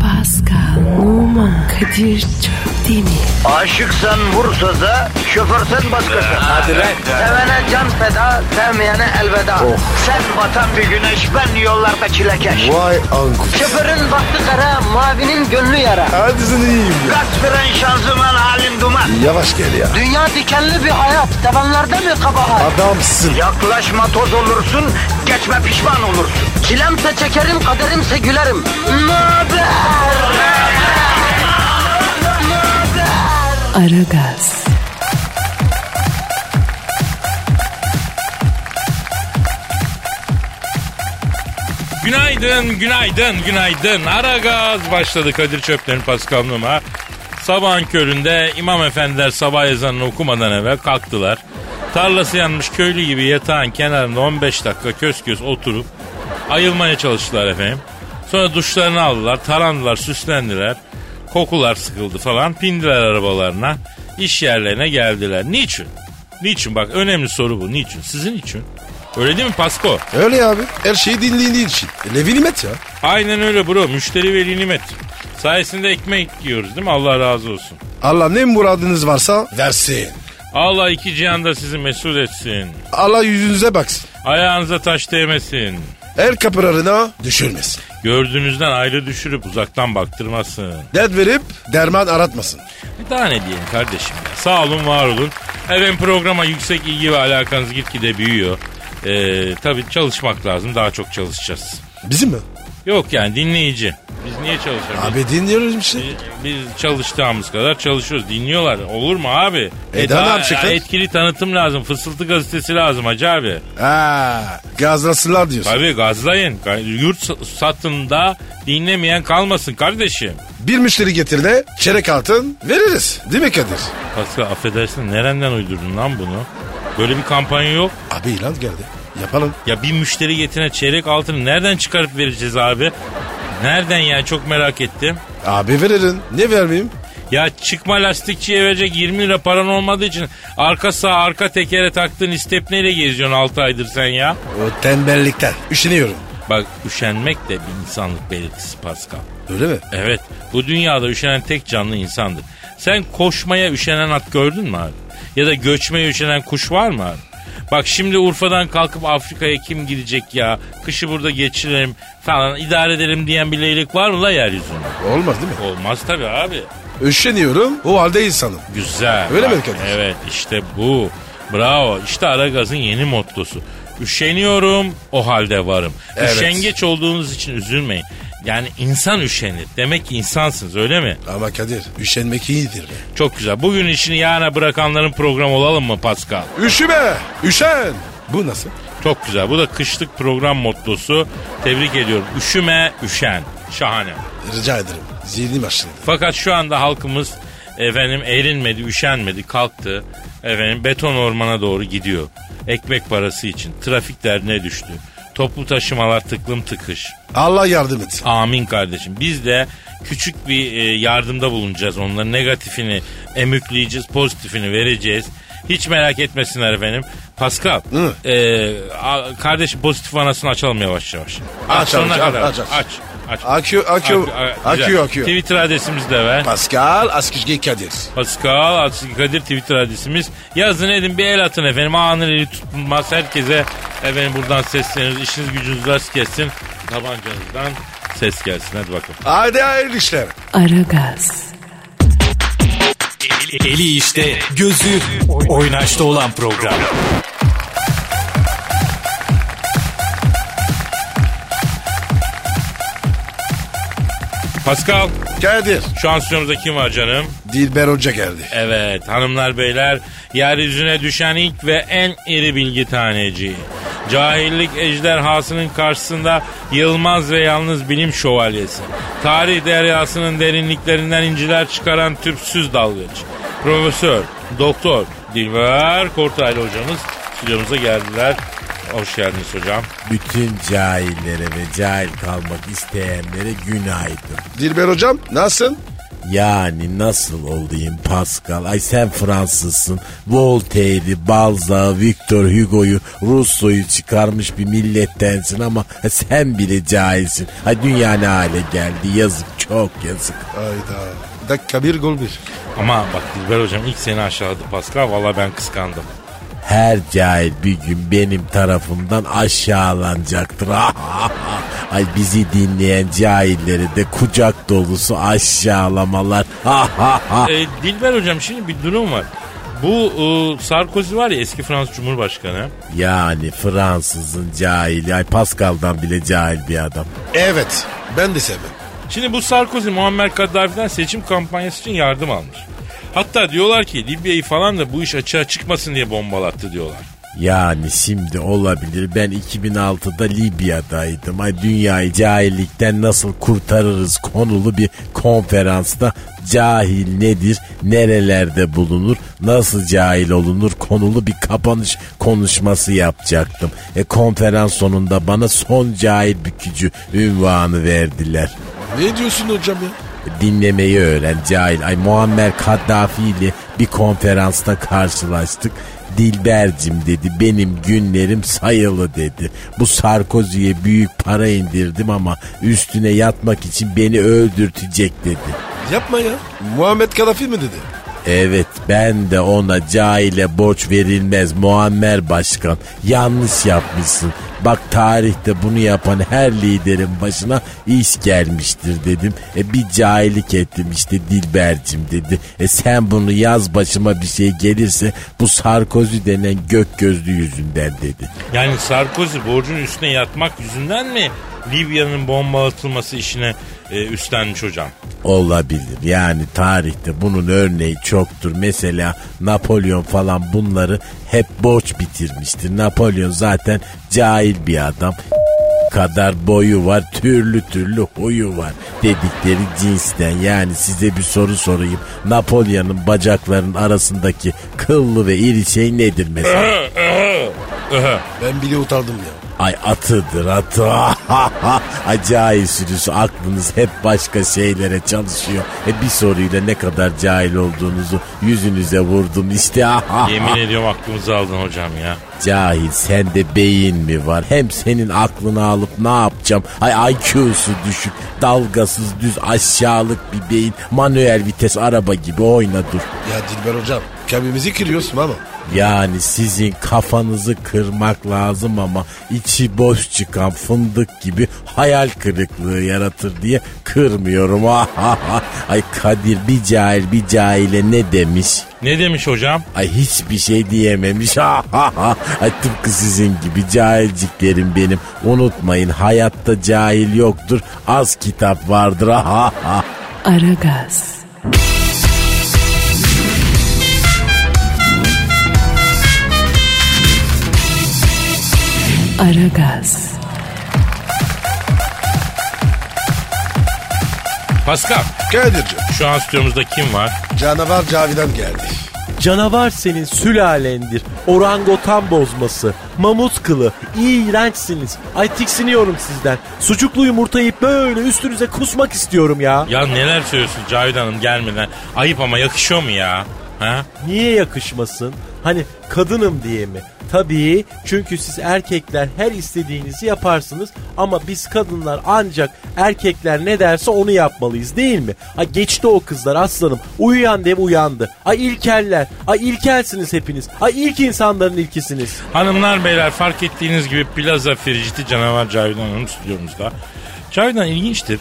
Pascal, Oman, Kadir çok değil mi? Aşıksan vursa da şoförsen başkasın. Hadi lan. Oh. Sevene can feda, sevmeyene elveda. Sen batan bir güneş, ben yollarda çilekeş. Vay anku. Şoförün baktı kara, mavinin gönlü yara. Hadi sen iyiyim ya. Kasperen şanzıman halin duman. Yavaş gel ya. Dünya dikenli bir hayat, sevenlerde mi kabahar? Adamsın. Yaklaşma toz olursun, geçme pişman olursun. Çilemse çekerim, kaderimse gülerim. Möber! Aragaz, Günaydın, günaydın, günaydın. Ara gaz başladı Kadir Çöpler'in paskamlığıma. Sabahın köründe imam efendiler sabah ezanını okumadan evvel kalktılar. Tarlası yanmış köylü gibi yatağın kenarında 15 dakika köz köz oturup ayılmaya çalıştılar efendim. Sonra duşlarını aldılar, tarandılar, süslendiler. Kokular sıkıldı falan. Pindiler arabalarına, iş yerlerine geldiler. Niçin? Niçin? Bak önemli soru bu. Niçin? Sizin için. Öyle değil mi Pasko? Öyle abi. Her şeyi dinlediğin için. E, Levini met ya. Aynen öyle bro. Müşteri veli nimet. Sayesinde ekmek yiyoruz değil mi? Allah razı olsun. Allah ne muradınız varsa versin. Allah iki cihanda sizi mesut etsin. Allah yüzünüze baksın. Ayağınıza taş değmesin. El kapılarına düşürmesin. Gördüğünüzden ayrı düşürüp uzaktan baktırmasın. Dert verip derman aratmasın. Bir daha ne diyeyim kardeşim ya. Sağ olun var olun. Efendim programa yüksek ilgi ve alakanız gitgide büyüyor. Ee, tabii çalışmak lazım. Daha çok çalışacağız. Bizim mi? Yok yani dinleyici. Biz niye çalışamayız? Abi dinliyoruz şey. işte. Biz- biz çalıştığımız kadar çalışıyoruz. Dinliyorlar. Olur mu abi? E daha ne yapacaklar? Etkili tanıtım lazım. Fısıltı gazetesi lazım hacı abi. Ha, gazlasınlar diyorsun. Tabii gazlayın. Ga- Yurt sa- satında dinlemeyen kalmasın kardeşim. Bir müşteri getirdi, çeyrek altın veririz. Değil mi Kadir? Pascal affedersin nereden uydurdun lan bunu? Böyle bir kampanya yok. Abi ilan geldi. Yapalım. Ya bir müşteri getire çeyrek altını nereden çıkarıp vereceğiz abi? Nereden ya çok merak ettim. Abi veririn. Ne vermeyeyim? Ya çıkma lastikçiye verecek 20 lira paran olmadığı için arka sağ arka tekere taktığın istepneyle geziyorsun 6 aydır sen ya. O tembellikten. Üşeniyorum. Bak üşenmek de bir insanlık belirtisi Pascal. Öyle mi? Evet bu dünyada üşenen tek canlı insandır. Sen koşmaya üşenen at gördün mü abi? Ya da göçmeye üşenen kuş var mı abi? Bak şimdi Urfa'dan kalkıp Afrika'ya kim gidecek ya? Kışı burada geçirelim falan idare edelim diyen bir leylek var mı la yeryüzünde? Olmaz değil mi? Olmaz tabii abi. Üşeniyorum. O halde insanım. Güzel. Öyle mi Bak, Kadir? Evet işte bu. Bravo. İşte Aragaz'ın yeni mottosu. Üşeniyorum o halde varım. Evet. Üşengeç olduğunuz için üzülmeyin. Yani insan üşenir. Demek ki insansınız öyle mi? Ama Kadir üşenmek iyidir be. Çok güzel. Bugün işini yarına bırakanların programı olalım mı Pascal? Üşüme! Üşen! Bu nasıl? Çok güzel. Bu da kışlık program mottosu. Tebrik ediyorum. Üşüme, üşen. Şahane. Rica ederim. Zihnim açıldı. Fakat şu anda halkımız efendim erinmedi, üşenmedi, kalktı. Efendim beton ormana doğru gidiyor. Ekmek parası için trafik derdine düştü. Toplu taşımalar tıklım tıkış. Allah yardım etsin. Amin kardeşim. Biz de küçük bir e, yardımda bulunacağız. Onların negatifini emükleyeceğiz, pozitifini vereceğiz. Hiç merak etmesinler efendim. Pascal, Hı. e, a- kardeşim pozitif anasını açalım yavaş yavaş. Aç, sonuna aç, kadar. aç, aç. aç, aç. Akıyor, akıyor, Ak- a- güzel. akıyor, akıyor. Twitter adresimizi de ver. Pascal Askışgi Kadir. Pascal Askı Kadir Twitter adresimiz. Yazın edin bir el atın efendim. Anın eli tutulmaz. Herkese efendim buradan sesleniriz. İşiniz gücünüz rast gelsin. Tabancanızdan ses gelsin. Hadi bakalım. Hadi hayırlı işler. Aragaz, Eli işte, gözü oynaşta olan program. Pascal Kadir. şu an stüdyomuzda kim var canım? Dilber Hoca geldi. Evet hanımlar beyler yeryüzüne düşen ilk ve en iri bilgi taneci. Cahillik ejderhasının karşısında yılmaz ve yalnız bilim şövalyesi. Tarih deryasının derinliklerinden inciler çıkaran tüpsüz dalgıç. Profesör, doktor Dilber Kortaylı hocamız stüdyomuza geldiler. Hoş geldiniz hocam. Bütün cahillere ve cahil kalmak isteyenlere günaydın. Dilber Hocam nasılsın? Yani nasıl olayım Pascal? Ay sen Fransızsın. Voltaire'i, Balzac'ı, Victor Hugo'yu, Rousseau'yu çıkarmış bir millettensin ama sen bile cahilsin. Ay dünya ne hale geldi yazık Çok yazık. Hayda. Dakika bir gol bir. Ama bak Dilber hocam ilk seni aşağıladı Pascal. Valla ben kıskandım. Her cahil bir gün benim tarafımdan aşağılanacaktır. Ah, Ay bizi dinleyen cahilleri de kucak dolusu aşağılamalar. Ah, Ee, Dilber hocam şimdi bir durum var. Bu e, Sarkozy var ya eski Fransız Cumhurbaşkanı. yani Fransızın cahili. Ay Pascal'dan bile cahil bir adam. Evet. Ben de sevmem. Şimdi bu Sarkozy Muammer Kaddafi'den seçim kampanyası için yardım almış. Hatta diyorlar ki Libya'yı falan da bu iş açığa çıkmasın diye bombalattı diyorlar. Yani şimdi olabilir. Ben 2006'da Libya'daydım. Ay dünyayı cahillikten nasıl kurtarırız konulu bir konferansta cahil nedir, nerelerde bulunur, nasıl cahil olunur konulu bir kapanış konuşması yapacaktım. E konferans sonunda bana son cahil bükücü ünvanı verdiler. Ne diyorsun hocam ya? Dinlemeyi öğren cahil. Ay Muammer Kaddafi ile bir konferansta karşılaştık. Dilbercim dedi benim günlerim sayılı dedi. Bu Sarkozy'ye büyük para indirdim ama üstüne yatmak için beni öldürtecek dedi. Yapma ya. Muhammed Kadafi mi dedi? Evet ben de ona cahile borç verilmez Muammer Başkan. Yanlış yapmışsın. Bak tarihte bunu yapan her liderin başına iş gelmiştir dedim. E bir cahillik ettim işte Dilbercim dedi. E sen bunu yaz başıma bir şey gelirse bu Sarkozy denen gök gözlü yüzünden dedi. Yani Sarkozy borcun üstüne yatmak yüzünden mi Libya'nın bombalatılması işine e, üstlenmiş hocam? Olabilir. Yani tarihte bunun örneği çoktur. Mesela Napolyon falan bunları hep borç bitirmiştir. Napolyon zaten cahil bir adam. kadar boyu var, türlü türlü huyu var dedikleri cinsten. Yani size bir soru sorayım. Napolyon'un bacaklarının arasındaki kıllı ve iri şey nedir mesela? Ben bile utandım ya. Ay atıdır atı. Acayip sürüsü aklınız hep başka şeylere çalışıyor. E bir soruyla ne kadar cahil olduğunuzu yüzünüze vurdum işte. Yemin ediyorum aklımızı aldın hocam ya. cahil sende beyin mi var? Hem senin aklını alıp ne yapacağım? Ay IQ'su düşük, dalgasız düz aşağılık bir beyin. Manuel vites araba gibi oyna dur. Ya Dilber hocam. Kalbimizi kırıyorsun ama. Yani sizin kafanızı kırmak lazım ama içi boş çıkan fındık gibi hayal kırıklığı yaratır diye kırmıyorum. Ay Kadir bir cahil bir cahile ne demiş? Ne demiş hocam? Ay hiçbir şey diyememiş. Ay tıpkı sizin gibi cahilciklerim benim. Unutmayın hayatta cahil yoktur. Az kitap vardır. Aragaz, Aragaz, Pascal Kadir'cim. şu an stüdyomuzda kim var? Canavar Cavidan geldi. Canavar senin sülalendir. Orangotan bozması. Mamut kılı. İğrençsiniz. Ay tiksiniyorum sizden. Sucuklu yumurtayı böyle üstünüze kusmak istiyorum ya. Ya neler söylüyorsun Cavidan Hanım gelmeden? Ayıp ama yakışıyor mu ya? Ha? Niye yakışmasın? Hani kadınım diye mi? Tabii çünkü siz erkekler her istediğinizi yaparsınız ama biz kadınlar ancak erkekler ne derse onu yapmalıyız değil mi? Ay geçti o kızlar aslanım. Uyuyan dev uyandı. Ay ilkeller. Ay ilkelsiniz hepiniz. Ay ilk insanların ilkisiniz. Hanımlar beyler fark ettiğiniz gibi plaza friciti canavar Cavidan Hanım stüdyomuzda. Cavidan ilginçtir.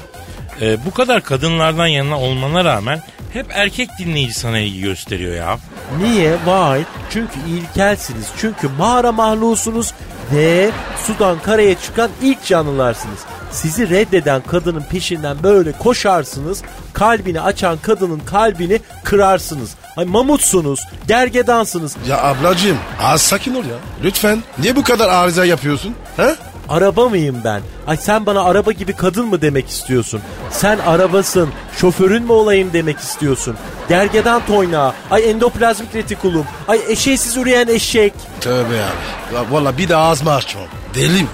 Ee, bu kadar kadınlardan yanına olmana rağmen hep erkek dinleyici sana ilgi gösteriyor ya. Niye? Vay. Çünkü ilkelsiniz. Çünkü mağara mahlusunuz ve sudan karaya çıkan ilk canlılarsınız. Sizi reddeden kadının peşinden böyle koşarsınız. Kalbini açan kadının kalbini kırarsınız. Ay mamutsunuz, gergedansınız. Ya ablacığım az sakin ol ya. Lütfen. Niye bu kadar arıza yapıyorsun? Ha? Araba mıyım ben? Ay sen bana araba gibi kadın mı demek istiyorsun? Sen arabasın, şoförün mü olayım demek istiyorsun? Gergedan toynağı, ay endoplazmik retikulum, ay eşeğsiz üreyen eşek. Tövbe abi. Ya Valla bir de ağzımı açmam. Deli mi?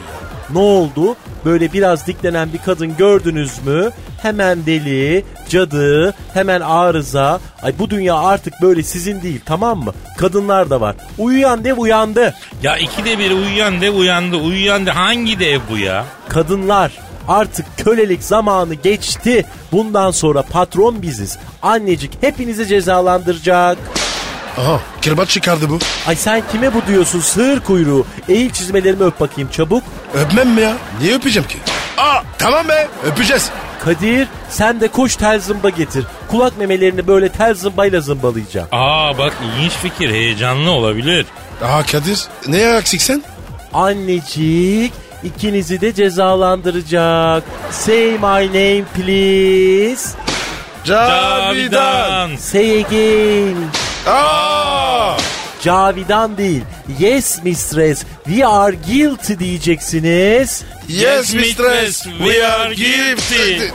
Ne oldu? Böyle biraz diklenen bir kadın gördünüz mü? Hemen deli, cadı, hemen arıza. Ay bu dünya artık böyle sizin değil tamam mı? Kadınlar da var. Uyuyan dev uyandı. Ya ikide bir uyuyan de uyandı uyuyan de hangi de ev bu ya? Kadınlar. Artık kölelik zamanı geçti. Bundan sonra patron biziz. Annecik hepinizi cezalandıracak. Aha kırbaç çıkardı bu. Ay sen kime bu diyorsun sığır kuyruğu? Eğil çizmelerimi öp bakayım çabuk. Öpmem mi ya? Niye öpeceğim ki? Aa tamam be öpeceğiz. Kadir sen de koş tel zımba getir. Kulak memelerini böyle tel zımbayla zımbalayacağım. Aa bak ilginç fikir heyecanlı olabilir. Aa Kadir neye eksiksen? Annecik ikinizi de cezalandıracak. Say my name please. Cavidan. Say again. Aa! Cavidan değil. Yes mistress. We are guilty diyeceksiniz. Yes mistress we are guilty.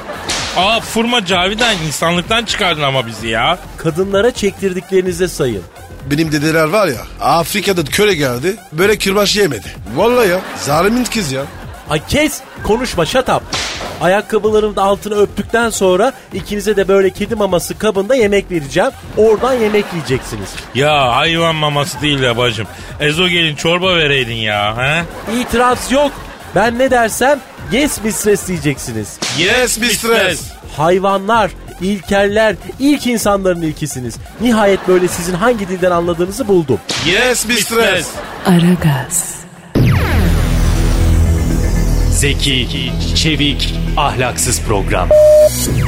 Aa furma Cavidan insanlıktan çıkardın ama bizi ya. Kadınlara çektirdiklerinize sayın. Benim dedeler var ya Afrika'da köle geldi böyle kırbaç yemedi. Vallahi ya zalimin kız ya. Ay kes konuşma shut up. Ayakkabılarımın da altını öptükten sonra ikinize de böyle kedi maması kabında yemek vereceğim. Oradan yemek yiyeceksiniz. Ya hayvan maması değil ya bacım. Ezogelin çorba vereydin ya. He? İtiraz yok. Ben ne dersem yes mistress diyeceksiniz. Yes, mistress. Hayvanlar, ilkeller, ilk insanların ilkisiniz. Nihayet böyle sizin hangi dilden anladığınızı buldum. Yes mistress. Aragaz, Zeki, çevik, ahlaksız program.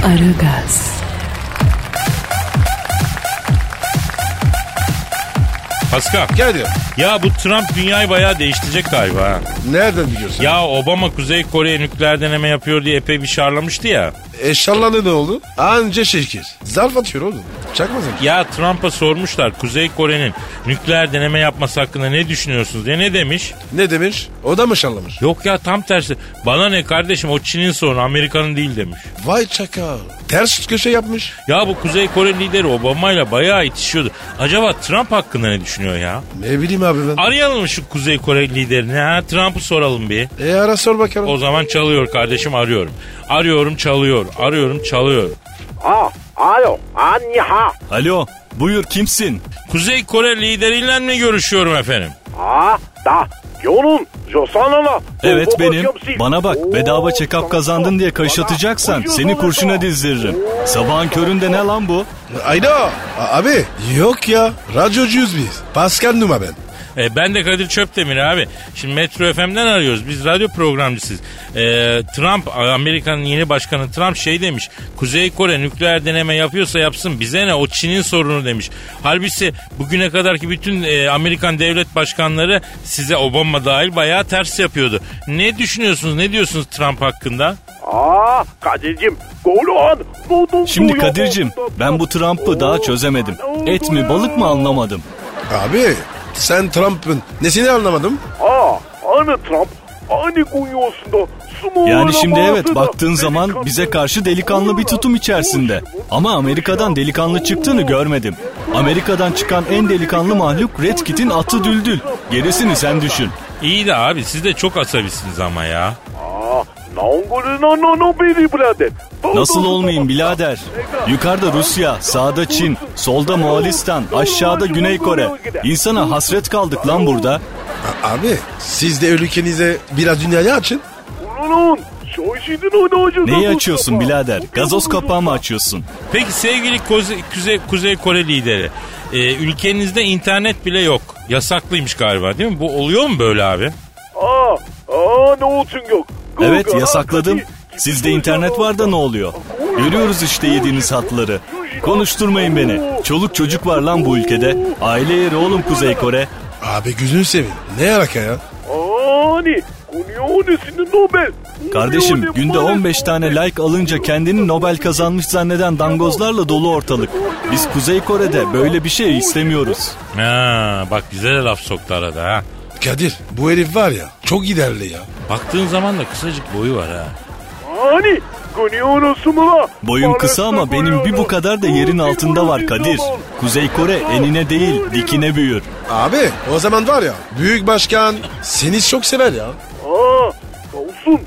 Aragaz, Pascal. Gel diyor. Ya bu Trump dünyayı bayağı değiştirecek galiba. ha. Nereden biliyorsun? Ya Obama Kuzey Kore nükleer deneme yapıyor diye epey bir şarlamıştı ya. Eşyalarla ne oldu? Anca şirket. Zarf atıyor oğlum. Çakma sen. Ya Trump'a sormuşlar Kuzey Kore'nin nükleer deneme yapması hakkında ne düşünüyorsunuz diye ne demiş? Ne demiş? O da mı şanlamış? Yok ya tam tersi. Bana ne kardeşim o Çin'in sorunu Amerika'nın değil demiş. Vay çakal. Ters köşe yapmış. Ya bu Kuzey Kore lideri Obama'yla bayağı itişiyordu. Acaba Trump hakkında ne düşünüyor ya? Ne bileyim abi ben. Arayalım mı şu Kuzey Kore liderini ha? Trump'ı soralım bir. e ara sor bakalım. O zaman çalıyor kardeşim arıyorum. Arıyorum çalıyor. Arıyorum çalıyor. Aa, alo, aa, ni hao. Alo, buyur kimsin? Kuzey Kore lideriyle mi görüşüyorum efendim? Aa, da, yolun, josanana. Evet benim. Bana bak bedava check-up kazandın diye kayışlatacaksan seni kurşuna dizdiririm. Sabahın köründe ne lan bu? Ayda. A- Abi. Yok ya. Radyocuyuz biz. Pascal Numa ben. E, ben de Kadir Çöptemir abi. Şimdi Metro FM'den arıyoruz. Biz radyo programcısıyız. E, Trump, Amerika'nın yeni başkanı Trump şey demiş. Kuzey Kore nükleer deneme yapıyorsa yapsın bize ne o Çin'in sorunu demiş. Halbisi bugüne kadarki bütün e, Amerikan devlet başkanları size Obama dahil bayağı ters yapıyordu. Ne düşünüyorsunuz ne diyorsunuz Trump hakkında? Aa, Kadir'cim, golun. Şimdi Kadir'cim ben bu Trump'ı daha çözemedim. Et mi balık mı anlamadım. Abi. Sen Trump'ın nesini anlamadım? Aa, aynı Trump, aynı kunyosunda. Yani şimdi evet baktığın zaman bize karşı delikanlı bir tutum içerisinde. Ama Amerika'dan delikanlı çıktığını görmedim. Amerika'dan çıkan en delikanlı mahluk Red Kit'in atı Düldül. Gerisini sen düşün. İyi de abi siz de çok asabisiniz ama ya. Nasıl olmayayım birader? Yukarıda Rusya, sağda Çin, solda Moğolistan, aşağıda Güney Kore. İnsana hasret kaldık lan burada. A- abi. Siz de ülkenize biraz dünyayı açın. Neyi açıyorsun birader? Gazoz kapağı mı açıyorsun? Peki sevgili Koze- Kuzey, Kuzey Kore lideri, e, ülkenizde internet bile yok. Yasaklıymış galiba değil mi? Bu oluyor mu böyle abi? Aa, aa ne olsun yok. Evet yasakladım. Sizde internet var da ne oluyor? Görüyoruz işte yediğiniz hatları. Konuşturmayın beni. Çoluk çocuk var lan bu ülkede. Aile yeri oğlum Kuzey Kore. Abi gözünü seveyim. Ne alaka ya? Ani, kunyonisini Nobel. Kardeşim günde 15 tane like alınca kendini Nobel kazanmış zanneden dangozlarla dolu ortalık. Biz Kuzey Kore'de böyle bir şey istemiyoruz. Ha, bak bize de laf soktu arada ha. Kadir bu herif var ya çok giderli ya. Baktığın zaman da kısacık boyu var ha. Ani, kunyonisini Boyum kısa ama benim bir bu kadar da yerin altında var Kadir. Kuzey Kore enine değil dikine büyür. Abi o zaman var ya büyük başkan seni çok sever ya. Aa, olsun.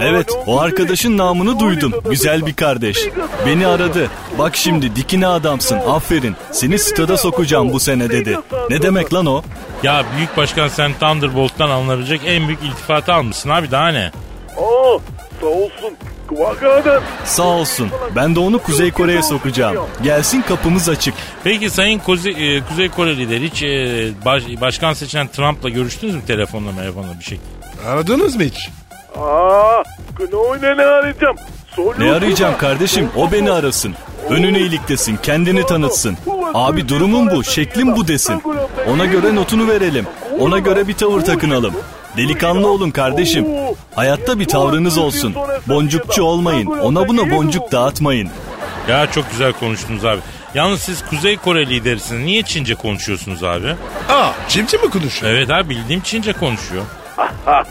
Evet o arkadaşın namını duydum. Güzel bir kardeş. Beni aradı. Bak şimdi dikine adamsın aferin. Seni stada sokacağım bu sene dedi. Ne demek lan o? Ya Büyük Başkan sen Thunderbolt'tan alınabilecek en büyük iltifatı almışsın abi daha ne? Aa, sağ olsun. Vakadan. Sağ olsun. Ben de onu Kuzey Kore'ye sokacağım. Gelsin kapımız açık. Peki Sayın Kuze- e, Kuzey Kore lideri hiç e, baş- başkan seçen Trump'la görüştünüz mü telefonla telefonla bir şey? Aradınız mı hiç? Aa, ne ne arayacağım? Soruyorsun Ne arayacağım da. kardeşim? O beni arasın. Önüne iliklesin, kendini tanıtsın. Abi durumum bu, şeklim bu desin. Ona göre notunu verelim. Ona göre bir tavır takınalım. Delikanlı olun kardeşim. Hayatta bir tavrınız olsun. Boncukçu olmayın. Ona buna boncuk dağıtmayın. Ya çok güzel konuştunuz abi. Yalnız siz Kuzey Kore liderisiniz. Niye Çince konuşuyorsunuz abi? Aa çimçi mi konuşuyor? Evet abi bildiğim Çince konuşuyor.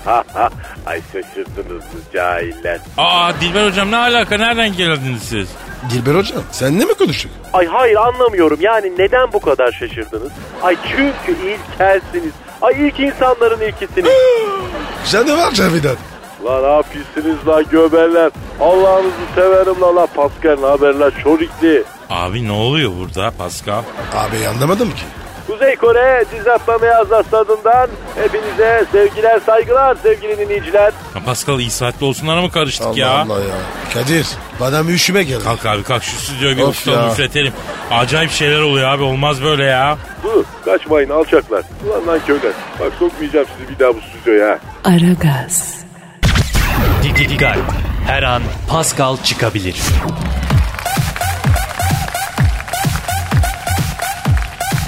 Ay şaşırdınız bu cahiller. Aa Dilber hocam ne alaka nereden geldiniz siz? Dilber hocam sen ne mi konuşuyorsun? Ay hayır anlamıyorum yani neden bu kadar şaşırdınız? Ay çünkü ilkelsiniz. Ay ilk insanların ilkisiniz. Sen de var Cavidan. Lan ne yapıyorsunuz lan göberler? Allah'ınızı severim lan lan Pascal ne haberler çorikli. Abi ne oluyor burada Pascal? Abi anlamadım ki. Kuzey Kore Cizatname Azaz tadından hepinize sevgiler saygılar sevgili dinleyiciler. Ya Pascal iyi saatli olsunlara mı karıştık Allah ya? Allah ya. Kadir bana bir üşüme geldi. Kalk abi kalk şu stüdyoyu bir Of uçtan ya. üfletelim. Acayip şeyler oluyor abi olmaz böyle ya. Dur kaçmayın alçaklar. Ulan lan köyler bak sokmayacağım sizi bir daha bu stüdyoya. ha. Aragaz, Dikkat! Her an Pascal çıkabilir.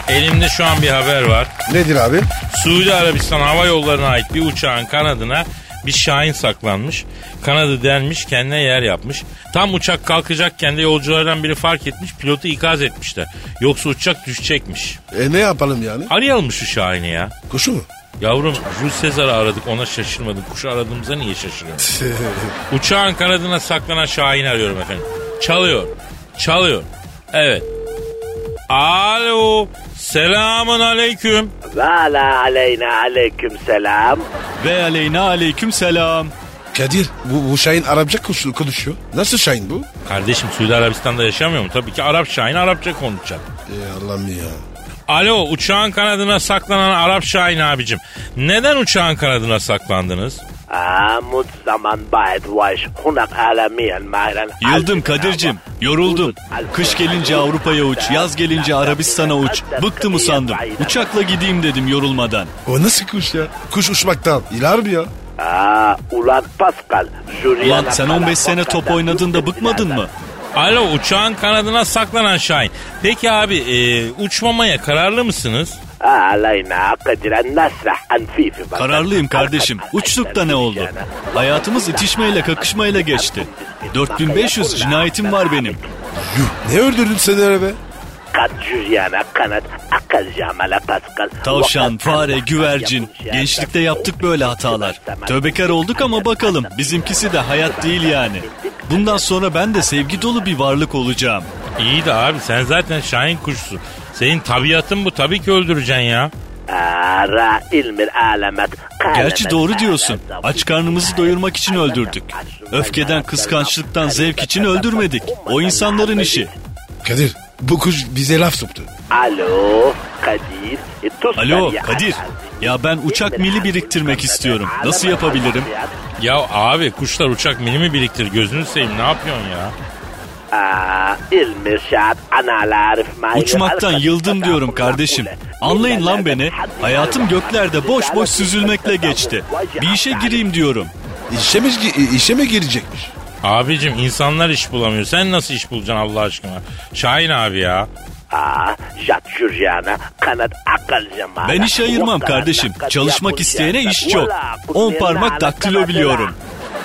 Elimde şu an bir haber var. Nedir abi? Suudi Arabistan hava yollarına ait bir uçağın kanadına bir şahin saklanmış. Kanadı delmiş kendine yer yapmış. Tam uçak kalkacakken de yolculardan biri fark etmiş pilotu ikaz etmişler. Yoksa uçak düşecekmiş. E ne yapalım yani? Arayalım mı şu şahini ya? Kuşu mu? Yavrum Jules Sezar'ı aradık ona şaşırmadın. Kuşu aradığımıza niye şaşırıyorsun? Uçağın kanadına saklanan Şahin arıyorum efendim. Çalıyor. Çalıyor. Evet. Alo. Selamun aleyküm. Vala aleyna aleyküm selam. Ve aleyna aleyküm selam. Kadir bu, bu Şahin Arapça kuşu konuşuyor. Nasıl Şahin bu? Kardeşim Suudi Arabistan'da yaşamıyor mu? Tabii ki Arap Şahin Arapça konuşacak. Ey E, Allah'ım ya. Alo uçağın kanadına saklanan Arap Şahin abicim. Neden uçağın kanadına saklandınız? Amut zaman bayet vaş hunak alamiyen mayran. Yıldım Kadir'cim. Yoruldum. Kış gelince Avrupa'ya uç, yaz gelince Arabistan'a uç. Bıktım usandım. Uçakla gideyim dedim yorulmadan. O nasıl kuş ya? Kuş uçmaktan. İler mi ya? Aa, ulan Pascal. Jüri Ulan sen 15 sene top oynadın da bıkmadın mı? Alo uçağın kanadına saklanan Şahin. Peki abi e, uçmamaya kararlı mısınız? Aleyna kadiren nasrah anfifi. Kararlıyım kardeşim. Uçtuk da ne oldu? Hayatımız itişmeyle kakışmayla geçti. 4500 cinayetim var benim. Yuh ne öldürdün seni araba? Kat jüriyana kanat akal jamala Pascal. Tavşan, fare, güvercin. Gençlikte yaptık böyle hatalar. Tövbekar olduk ama bakalım. Bizimkisi de hayat değil yani. Bundan sonra ben de sevgi dolu bir varlık olacağım. İyi de abi sen zaten Şahin kuşusun. Senin tabiatın bu tabii ki öldüreceksin ya. Ara ilmir alamet. Gerçi doğru diyorsun. Aç karnımızı doyurmak için öldürdük. Öfkeden, kıskançlıktan, zevk için öldürmedik. O insanların işi. Kadir bu kuş bize laf soktu. Alo Kadir. E, tuz Alo tabii. Kadir. Ya ben uçak mili biriktirmek istiyorum. Nasıl yapabilirim? Ya abi kuşlar uçak minimi biriktir gözünü seveyim ne yapıyorsun ya? Aa, ilmir şahat anal arif mayri Uçmaktan alkat- yıldım diyorum kardeşim. Anlayın lan beni. Hayatım göklerde boş boş süzülmekle geçti. Bir işe gireyim diyorum. İşe mi, işe mi girecekmiş? Abicim insanlar iş bulamıyor. Sen nasıl iş bulacaksın Allah aşkına? Şahin abi ya. Aa, jat jüriyana kanat akal jamala. Ben iş ayırmam kardeşim. Çalışmak isteyene iş çok. 10 parmak daktilo biliyorum.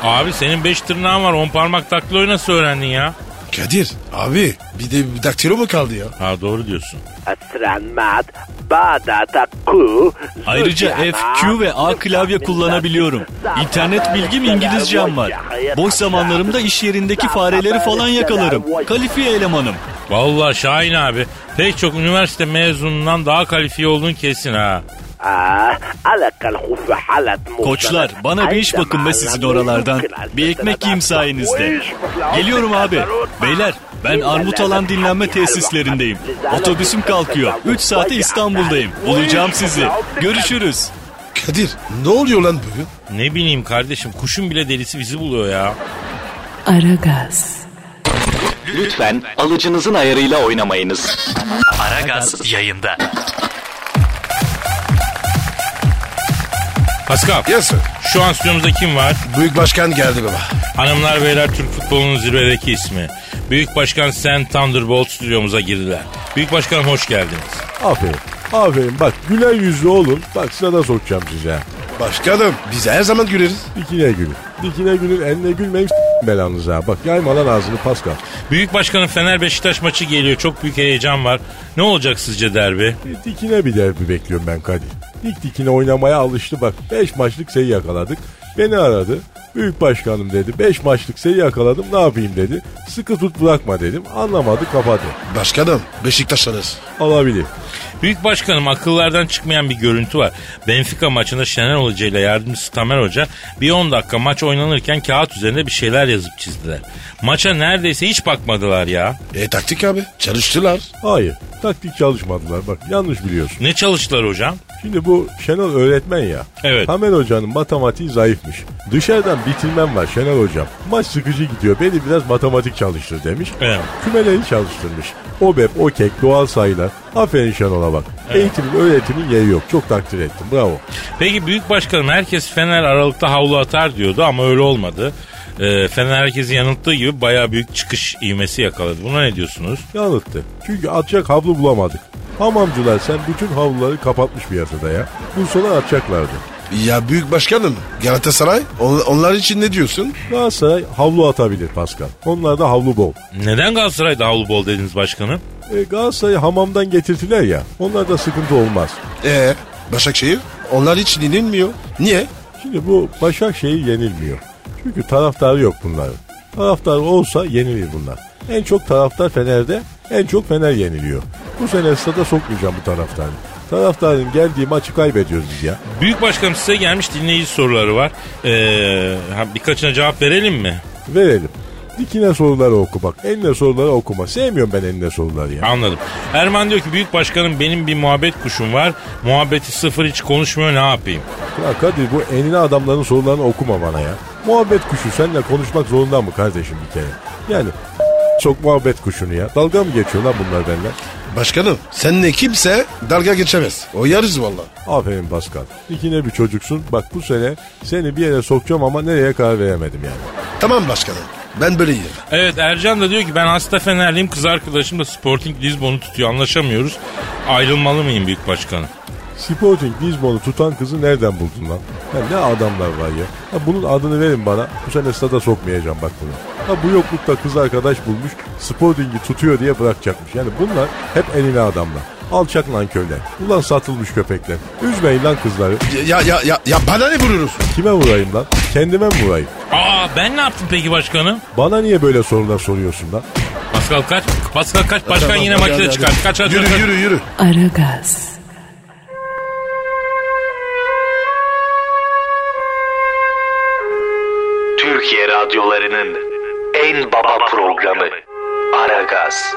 Abi senin beş tırnağın var on parmak takloyu nasıl öğrendin ya? Kadir abi bir de bir daktilo mu kaldı ya? Ha doğru diyorsun. Asran mat Bağdat'a ku Ayrıca F, Q ve A klavye kullanabiliyorum. İnternet bilgim İngilizcem var. Boş zamanlarımda iş yerindeki fareleri falan E, yakalarım. Kalifiye elemanım. Vallahi Şahin abi pek çok üniversite mezunundan daha kalifiye olduğun kesin ha. Ah, Koçlar bana bir iş bakın be sizin oralardan. Bir ekmek yiyeyim sayenizde. Geliyorum abi. Beyler ben armut alan dinlenme tesislerindeyim. Otobüsüm kalkıyor. 3 saate İstanbul'dayım. Bulacağım sizi. Görüşürüz. Kadir ne oluyor lan bugün? Ne bileyim kardeşim kuşun bile delisi bizi buluyor ya. Aragaz, Lütfen alıcınızın ayarıyla oynamayınız. Aragaz yayında. Pascal Yes sir. şu an stüdyomuzda kim var? Büyük başkan geldi baba. Hanımlar beyler Türk futbolunun zirvedeki ismi. Büyük Başkan Sen Thunderbolt stüdyomuza girdiler. Büyük Başkanım hoş geldiniz. Aferin. Aferin bak güler yüzlü olun. Bak sırada sokacağım size. Başkanım biz her zaman güleriz. Dikine gülün. Dikine gülün eline gülmeyin belanıza. Bak yayma lan ağzını Pascal. Büyük Başkanım Fener Beşiktaş maçı geliyor. Çok büyük heyecan var. Ne olacak sizce derbi? Bir E, Dikine bir derbi bekliyorum ben Kadir. Dik dikine oynamaya alıştı bak. 5 maçlık sayı yakaladık. Beni aradı. Büyük başkanım dedi. 5 maçlık sayı yakaladım ne yapayım dedi. Sıkı tut bırakma dedim. Anlamadı kapadı. Başkanım Beşiktaşlarız. Alabilir. Büyük Başkanım akıllardan çıkmayan bir görüntü var. Benfica maçında Şener Hoca ile yardımcısı Tamer Hoca bir 10 dakika maç oynanırken kağıt üzerinde bir şeyler yazıp çizdiler. Maça neredeyse hiç bakmadılar ya. E taktik abi çalıştılar. Hayır. Taktik çalışmadılar bak. Yanlış biliyorsun. Ne çalıştılar hocam? Şimdi bu Şenol öğretmen ya. Evet. Tamer Hoca'nın matematiği zayıfmış. Dışarıdan bitirmem var Şenol Hocam. Maç sıkıcı gidiyor. Beni biraz matematik çalıştır demiş. Evet. Kümeleri çalıştırmış. OBEP, OKEK, doğal sayılar. Aferin Şenol'a bak. Eğitimin, öğretimin yeri yok. Çok takdir ettim. Bravo. Peki Büyük Başkanım herkes Fener Aralık'ta havlu atar diyordu ama öyle olmadı. Ee, Fener herkesi yanılttığı gibi bayağı büyük çıkış ivmesi yakaladı. Buna ne diyorsunuz? Yanılttı. Çünkü atacak havlu bulamadık. Hamamcılar sen bütün havluları kapatmış piyasada ya. Bulsalar atacaklardı. Ya büyük başkanım Galatasaray on- onlar için ne diyorsun? Galatasaray havlu atabilir Pascal. Onlarda havlu bol. Neden Galatasaray'da havlu bol dediniz başkanım? E, Galatasaray'ı hamamdan getirdiler ya. Onlarda sıkıntı olmaz. E Başakşehir onlar için inilmiyor. Niye? Şimdi bu Başakşehir yenilmiyor. Çünkü taraftarı yok bunların. Taraftar olsa yenilir bunlar. En çok taraftar Fener'de, en çok Fener yeniliyor. Bu sene stada sokmayacağım bu taraftarı. Taraftarın geldiği maçı kaybediyoruz biz ya. Büyük Başkanım size gelmiş dinleyici soruları var. Ee, ha, birkaçına cevap verelim mi? Verelim. Dikine soruları oku bak. Eline soruları okuma. Sevmiyorum ben eline soruları ya. Anladım. Erman diyor ki Büyük Başkanım benim bir muhabbet kuşum var. Muhabbeti sıfır hiç konuşmuyor ne yapayım? Ya Kadir bu enine adamların sorularını okuma bana ya. Muhabbet kuşu seninle konuşmak zorunda mı kardeşim bir kere? Yani çok muhabbet kuşunu ya. Dalga mı geçiyor lan bunlar benimle? Başkanım seninle kimse dalga geçemez. Oyarız valla. Aferin Pascal. İkine bir çocuksun. Bak bu sene seni bir yere sokacağım ama nereye karar veremedim yani. Tamam başkanım ben böyleyim. Evet Ercan da diyor ki ben hasta Fenerliyim kız arkadaşım da Sporting Lisbon'u tutuyor anlaşamıyoruz. Ayrılmalı mıyım Büyük Başkanım? Sporting Lisbon'u tutan kızı nereden buldun lan? Ya ne adamlar var ya. Ha bunun adını verin bana. Bu sene stada sokmayacağım bak bunu. Ha bu yoklukta kız arkadaş bulmuş. Sporting'i tutuyor diye bırakacakmış. Yani bunlar hep eline adamlar. Alçak lan köyler. Ulan satılmış köpekler. Üzmeyin lan kızları. Ya ya ya, ya bana ne vururuz? Kime vurayım lan? Kendime mi vurayım? Aa ben ne yaptım peki başkanım? Bana niye böyle sorular soruyorsun lan? Pascal kaç. Pascal kaç. Başkan Tamam, yine hadi, hadi, maçta hadi. çıkar. Kaç kaç Yürü kaç. yürü yürü. Aragaz, Türkiye radyolarının en baba programı Aragaz.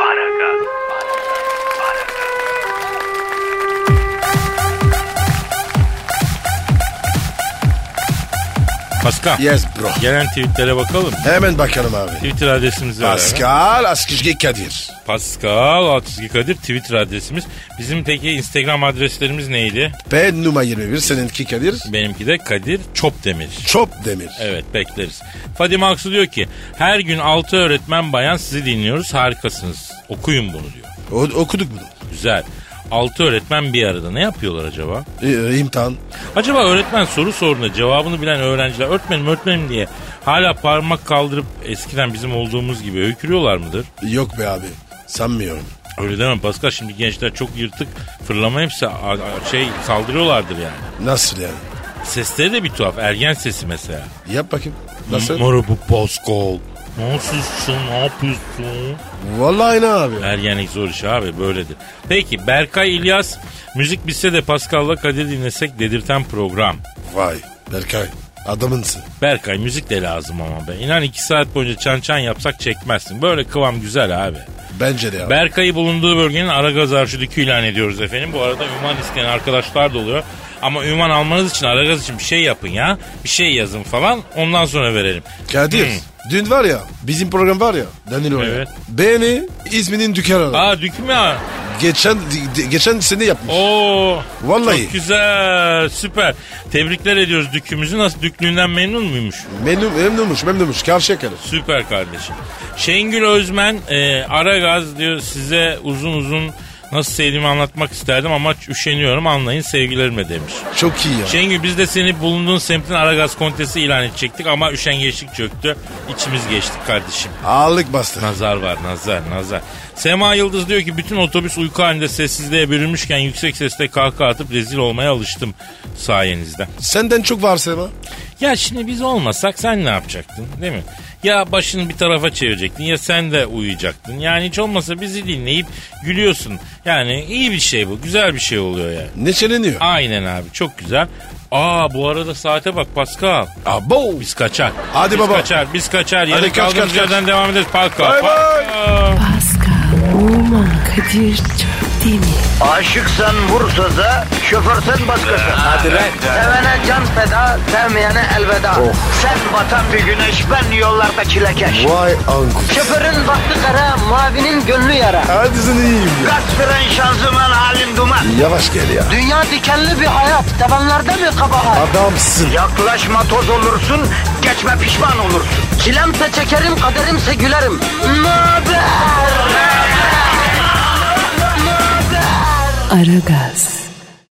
Pascal. Yes bro. Gelen tweetlere bakalım. Hemen bakalım abi. Twitter adresimiz var. Pascal Askışge Kadir. Pascal Altçizgi Kadir Twitter adresimiz. Bizim peki Instagram adreslerimiz neydi? Ben Numa 21 seninki Kadir. Benimki de Kadir Çopdemir. Çop Demir. Evet bekleriz. Fadime Aksu diyor ki her gün 6 öğretmen bayan sizi dinliyoruz harikasınız. Okuyun bunu diyor. O- okuduk bunu. Güzel. 6 öğretmen bir arada ne yapıyorlar acaba? E, e, imtihan. Acaba öğretmen soru sorduğunda cevabını bilen öğrenciler öğretmenim öğretmenim diye hala parmak kaldırıp eskiden bizim olduğumuz gibi öykürüyorlar mıdır? Yok be abi. Sanmıyorum. Öyle demem Pascal şimdi gençler çok yırtık fırlama hepsi a- a- şey saldırıyorlardır yani. Nasıl yani? Sesleri de bir tuhaf ergen sesi mesela. Yap bakayım. Nasıl? Moro bu Pascal. Nasılsın ne yapıyorsun? Vallahi aynı abi. Ergenlik zor iş abi böyledir. Peki Berkay İlyas müzik bitse de Pascal'la Kadir dinlesek dedirten program. Vay Berkay adamınsın. Berkay müzik de lazım ama be. İnan iki saat boyunca çan çan yapsak çekmezsin. Böyle kıvam güzel abi. Bence de abi. Berkay'ı bulunduğu bölgenin Aragaz Arşidükü ilan ediyoruz efendim. Bu arada ünvan isteyen arkadaşlar da oluyor. Ama ünvan almanız için Aragaz için bir şey yapın ya. Bir şey yazın falan ondan sonra verelim. Kadir. Hı. Dün var ya bizim program var ya Danilo oraya. Hmm. Evet. Beni İzmir'in dükkanı. Aa düküm ya. Geçen geçen sene yapmış. Oo. Vallahi. Çok güzel süper. Tebrikler ediyoruz dükümüzü. Nasıl düklüğünden memnun muymuş? Memnun, memnunmuş memnunmuş. Karşıya kadar. Süper kardeşim. Şengül Özmen e, Aragaz diyor size uzun uzun nasıl sevdiğimi anlatmak isterdim ama üşeniyorum anlayın sevgilerimle demiş. Çok iyi ya. Şengül biz de seni bulunduğun semtin Aragaz kontesi ilan edecektik ama üşengeçlik çöktü. İçimiz geçtik kardeşim. Ağırlık bastı. Nazar var nazar nazar. Sema Yıldız diyor ki bütün otobüs uyku halinde sessizliğe bürünmüşken yüksek sesle kahkaha atıp rezil olmaya alıştım sayenizde. Senden çok var Seba. Ya şimdi biz olmasak sen ne yapacaktın değil mi? Ya başını bir tarafa çevirecektin ya sen de uyuyacaktın. Yani hiç olmasa bizi dinleyip gülüyorsun. Yani iyi bir şey bu güzel bir şey oluyor yani. Neşeleniyor. Aynen abi çok güzel. Aa bu arada saate bak Pascal. Abo. Biz kaçar. Hadi biz baba. kaçar, biz kaçar. Yarın kaç, kaç, kaldığımız kaç. yerden devam ederiz. Pascal. Bay bay. Pascal. Pascal, Oman, Kadir çok değil mi? Aşıksan vursa da şoförsen başkasın. Hadi Sevene can feda, sevmeyene elveda. Sen batan bir güneş, ben yollarda çilekeş. Vay anku. Şoförün baktı kara, mavinin gönlü yara. Hadi sen iyiyim ya. Kasperen şanzıman halin duman. Yavaş gel ya. Dünya dikenli bir hayat, sevenlerde mi kabahar? Adamsın. Yaklaşma toz olursun, geçme pişman olursun. Çilemse çekerim, kaderimse gülerim. Möber! Aragaz.